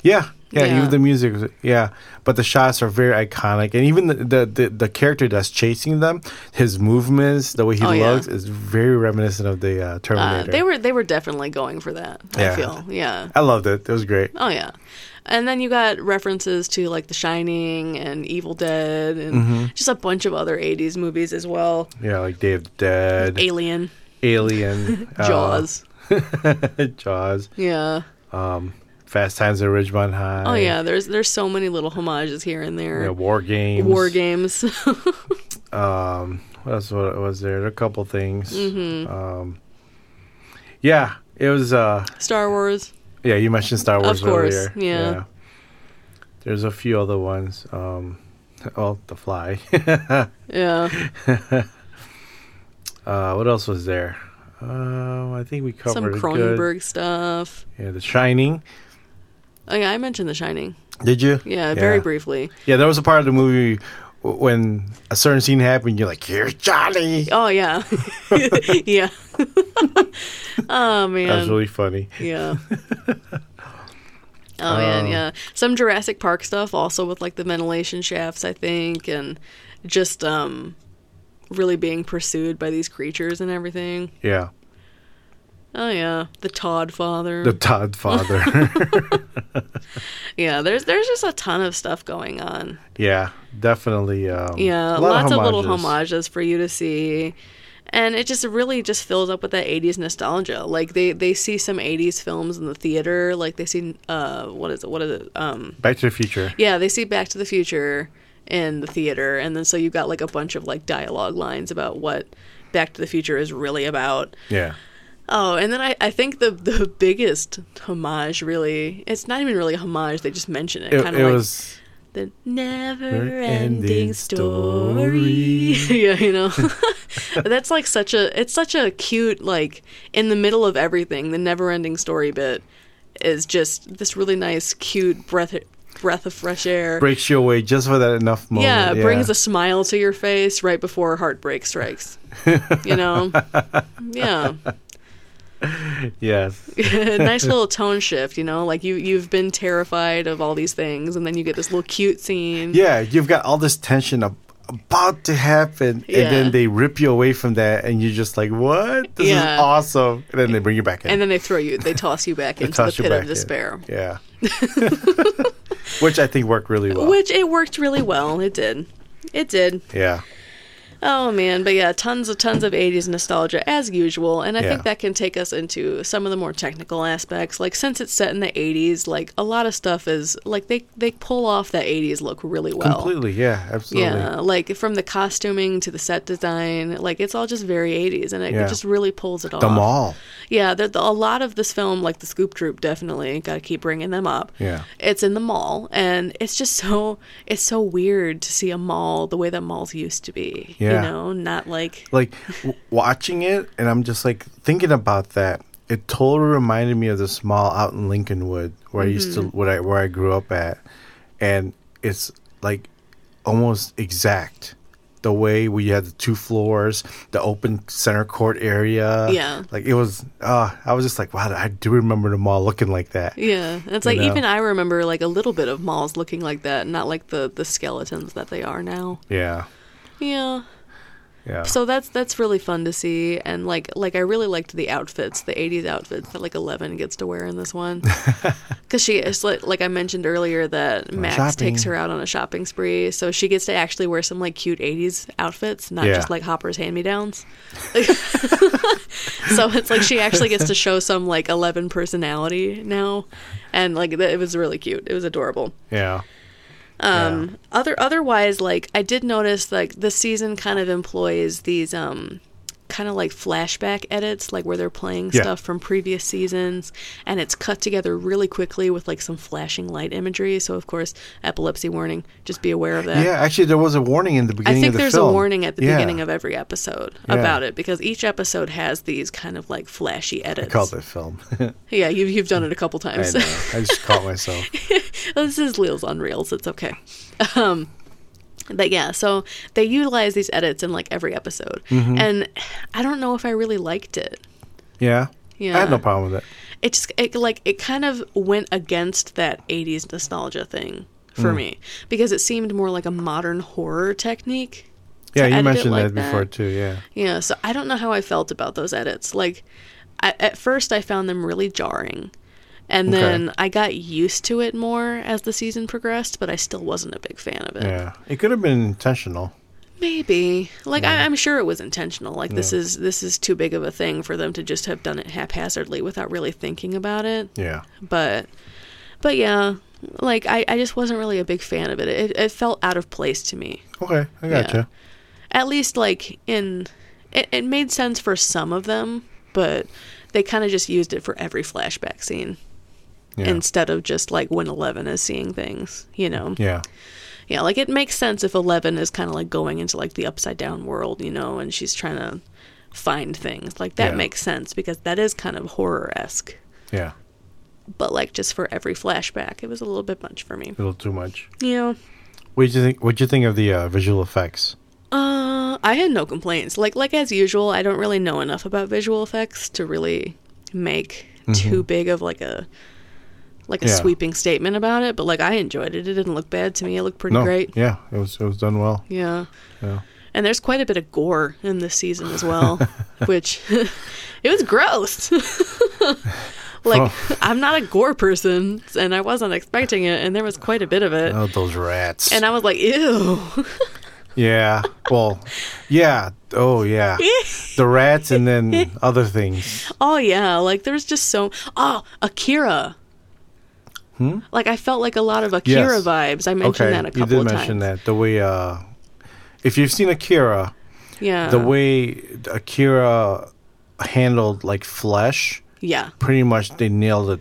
Yeah, yeah, Yeah. even the music. was- Yeah, but the shots are very iconic, and even the the, the, the character that's chasing them, his movements, the way he Oh, yeah. looks, is very reminiscent of the uh, Uh, Terminator. they were they were definitely going for that. I Yeah. feel. Yeah. I loved it. It was great. Oh yeah. And then you got references to like The Shining and Evil Dead and Mm-hmm. just a bunch of other 80s movies as well. Yeah, like Day of the Dead, Alien, Alien, uh, Jaws. Jaws, yeah. Fast Times at Ridgemont High. Oh yeah, there's there's so many little homages here and there. Yeah, War Games. War games. Um, what else wa- was there? There were a couple things. Mm-hmm. Um, yeah, it was. Uh, Star Wars. Yeah, you mentioned Star Wars course, earlier. yeah. There's a few other ones. Um, well, The Fly. Yeah. uh, what else was there? Um, I think we Some covered a good- Cronenberg stuff. Yeah, The Shining. Oh yeah, I mentioned The Shining. Did you? Yeah, very Yeah. briefly. Yeah, there was a part of the movie w- when a certain scene happened. You're like, "Here's Johnny." Oh yeah. yeah. oh man. That was really funny. Yeah. Oh man, yeah. Some Jurassic Park stuff also with like the ventilation shafts, I think, and just um really being pursued by these creatures and everything. Yeah, Oh yeah. The Todd father. the Todd father. yeah, there's there's just a ton of stuff going on. yeah, definitely. Um, Yeah, lots of, little homages. homages for you to see. And it just really just fills up with that 80s nostalgia. Like they they see some 80s films in the theater, like they see uh what is it? What is it? Um Back to the Future. Yeah, they see Back to the Future in the theater, and then so you've got like a bunch of like dialogue lines about what Back to the Future is really about. Yeah. Oh, and then I, I think the the biggest homage really it's not even really a homage, they just mention it. It, kind it of like was. the never ending ending story. yeah, you know. That's like such a it's such a cute, like in the middle of everything, the never ending story bit is just this really nice, cute breath breath of fresh air. breaks you away just for that enough moment. Yeah, it brings a smile to your face right before heartbreak strikes. You know? yeah. Yes. nice little tone shift, you know? Like you you've been terrified of all these things and then you get this little cute scene. Yeah, you've got all this tension ab- about to happen, Yeah. and then they rip you away from that, and you're just like, "What? This Yeah. is awesome!" And then they bring you back in. And then they throw you they toss you back into the toss you pit back of in. despair. Yeah. Which I think worked really well. Which it worked really well. It did. It did. yeah. Oh man, but yeah, tons of tons of 80s nostalgia as usual, and I Yeah. think that can take us into some of the more technical aspects. Like since it's set in the 80s, like a lot of stuff is like they they pull off that 80s look really well. Completely. Yeah. Absolutely. Yeah, like from the costuming to the set design, like it's all just very 80s, and it, Yeah. it just really pulls it off. The mall. Yeah, there, the, a lot of this film, like the Scoop Troop, definitely got to keep bringing them up. Yeah. it's in the mall, and it's just so it's so weird to see a mall the way that malls used to be. Yeah. you know, not like Like w- watching it, and I'm just like thinking about that. It totally reminded me of this mall out in Lincolnwood where I used to Mm-hmm. where I where I grew up at, and it's like almost exact the way we had the two floors, the open center court area. Yeah. like it was. Uh, I was just like, wow, I do remember the mall looking like that. yeah, it's like know. even I remember like a little bit of malls looking like that, not like the the skeletons that they are now. Yeah, Yeah. yeah. So that's that's really fun to see, and like like I really liked the outfits, the '80s outfits that like Eleven gets to wear in this one, because she is like like I mentioned earlier that Max takes shopping. her out on a shopping spree, so she gets to actually wear some like cute '80s outfits, not Yeah. just like Hopper's hand me downs. so it's like she actually gets to show some like Eleven personality now, and like th- it was really cute. It was adorable. yeah. Um, Other otherwise, like I did notice, like this season kind of employs these um, kind of like flashback edits, like where they're playing Yeah. stuff from previous seasons, and it's cut together really quickly with like some flashing light imagery. So of course, epilepsy warning. Just be aware of that. Yeah, actually, there was a warning in the I beginning. think of the there's film. a warning at the Yeah. beginning of every episode Yeah. about it because each episode has these kind of like flashy edits. Called it film. I Yeah, you, you've done it a couple times. know. I just caught myself. this is Leels on Reels. It's okay. Um, But yeah, so they utilize these edits in like every episode. Mm-hmm. And I don't know if I really liked it. Yeah. Yeah. I had no problem with it. It just it, like it kind of went against that 80s nostalgia thing for Hmm. me because it seemed more like a modern horror technique. Yeah, edit you it mentioned like that before that. too. Yeah. Yeah, so I don't know how I felt about those edits. Like, I, at first I found them really jarring, and Okay. then I got used to it more as the season progressed. But I still wasn't a big fan of it. Yeah. It could have been intentional. Maybe, like I, I'm sure it was intentional. Like this is this is too big of a thing for them to just have done it haphazardly without really thinking about it. Yeah. But, but yeah, like I, I just wasn't really a big fan of it. It, it felt out of place to me. Okay, I gotcha. at least like in it, it made sense for some of them but they kind of just used it for every flashback scene Yeah. instead of just like when 11 is seeing things you know yeah, yeah. like it makes sense if 11 is kind of like going into like the upside down world you know and she's trying to find things like that Yeah. makes sense because that is kind of horror-esque Yeah. but like just for every flashback it was a little bit much for me A little too much. yeah What do you think what'd you think of the uh, visual effects? Uh, I had no complaints. Like like as usual, I don't really know enough about visual effects to really make too big of like a like a Mm-hmm. Yeah. sweeping statement about it. But like I enjoyed it. It didn't look bad to me. It looked pretty No. great. Yeah, it was it was done well. Yeah. Yeah. And there's quite a bit of gore in this season as well, which it was gross. like Oh. I'm not a gore person, and I wasn't expecting it, and there was quite a bit of it. Oh, those rats. And I was like, ew. yeah. Well, yeah. Oh, yeah. the rats and then other things. Oh yeah, like there's just so oh Akira. Hmm? Like I felt like a lot of Akira Yes. vibes. I mentioned Okay. that a couple you did of mention times. that. The way uh if you've seen Akira, Yeah. the way Akira handled like flesh, Yeah. pretty much they nailed it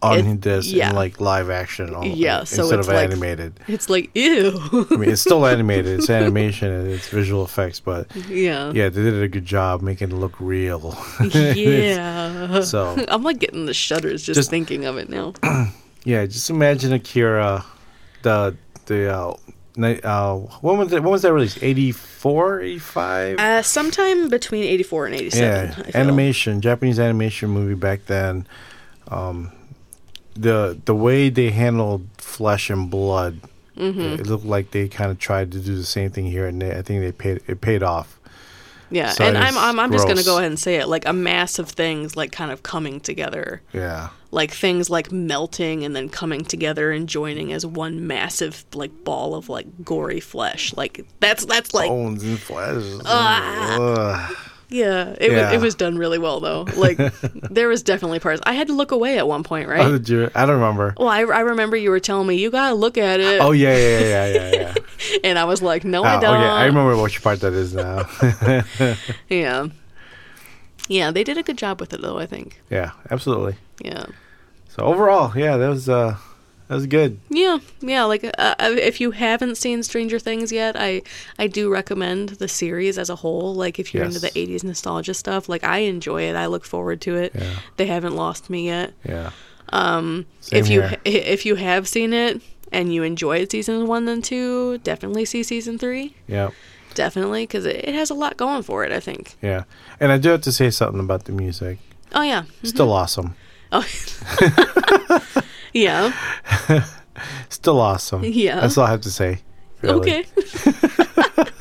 on It- this yeah. in like live action only, Yeah, so instead it's of like- animated. It's like ew. I mean, it's still animated. It's animation. and It's visual effects, but yeah. yeah, they did a good job making it look real. Yeah. so I'm like getting the shudders just, Just- thinking of it now. yeah, just imagine Akira, the the uh, ni- uh when was it, when was that released? 84, 85? Uh, sometime between 84 and 87. yeah, I feel. animation, Japanese animation movie back then. Um, the the way they handled flesh and blood, Mm-hmm. it looked like they kind of tried to do the same thing here, and they, I think they paid it paid off. Yeah, So and it's I'm I'm, I'm just gonna gross. go ahead and say it like a mass of things like kind of coming together. Yeah, like things like melting and then coming together and joining as one massive like ball of like gory flesh. Like that's that's like bones and flesh. Ugh. yeah, it Yeah. was it was done really well though. Like there was definitely parts I had to look away at one point, How right? did you? I don't remember. Well, I, I remember you were telling me you gotta look at it, Oh yeah, yeah, yeah, yeah, yeah. and I was like, no, Ah, I don't. okay, I remember which part that is now. Yeah, yeah, they did a good job with it though. I think. yeah, absolutely. Yeah. So overall, yeah, that was uh, that was good. Yeah, yeah. Like, uh, if you haven't seen Stranger Things yet, I I do recommend the series as a whole. Like, if you're into the Yes. '80s nostalgia stuff, like I enjoy it. I look forward to it. Yeah. They haven't lost me yet. Yeah. Um, if you ha- if you have seen it and you enjoyed season one and two, definitely see season three. yeah. Definitely, because it, it has a lot going for it. I think. Yeah, and I do have to say something about the music. Oh yeah. Still awesome. Oh. yeah. Still awesome. Yeah. That's all I have to say. really. Okay.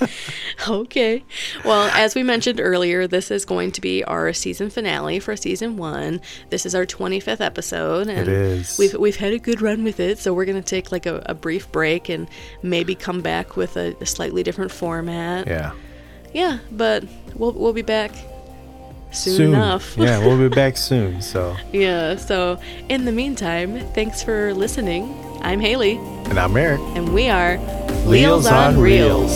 okay. Well, as we mentioned earlier, this is going to be our season finale for season one. This is our 25th episode, and is. we've we've had a good run with it. So we're going to take like a, a brief break and maybe come back with a, a slightly different format. Yeah. Yeah, but we'll we'll be back soon, enough. yeah, we'll be back soon. So, yeah. So in the meantime, thanks for listening. I'm Haley, and I'm Eric. and we are Reels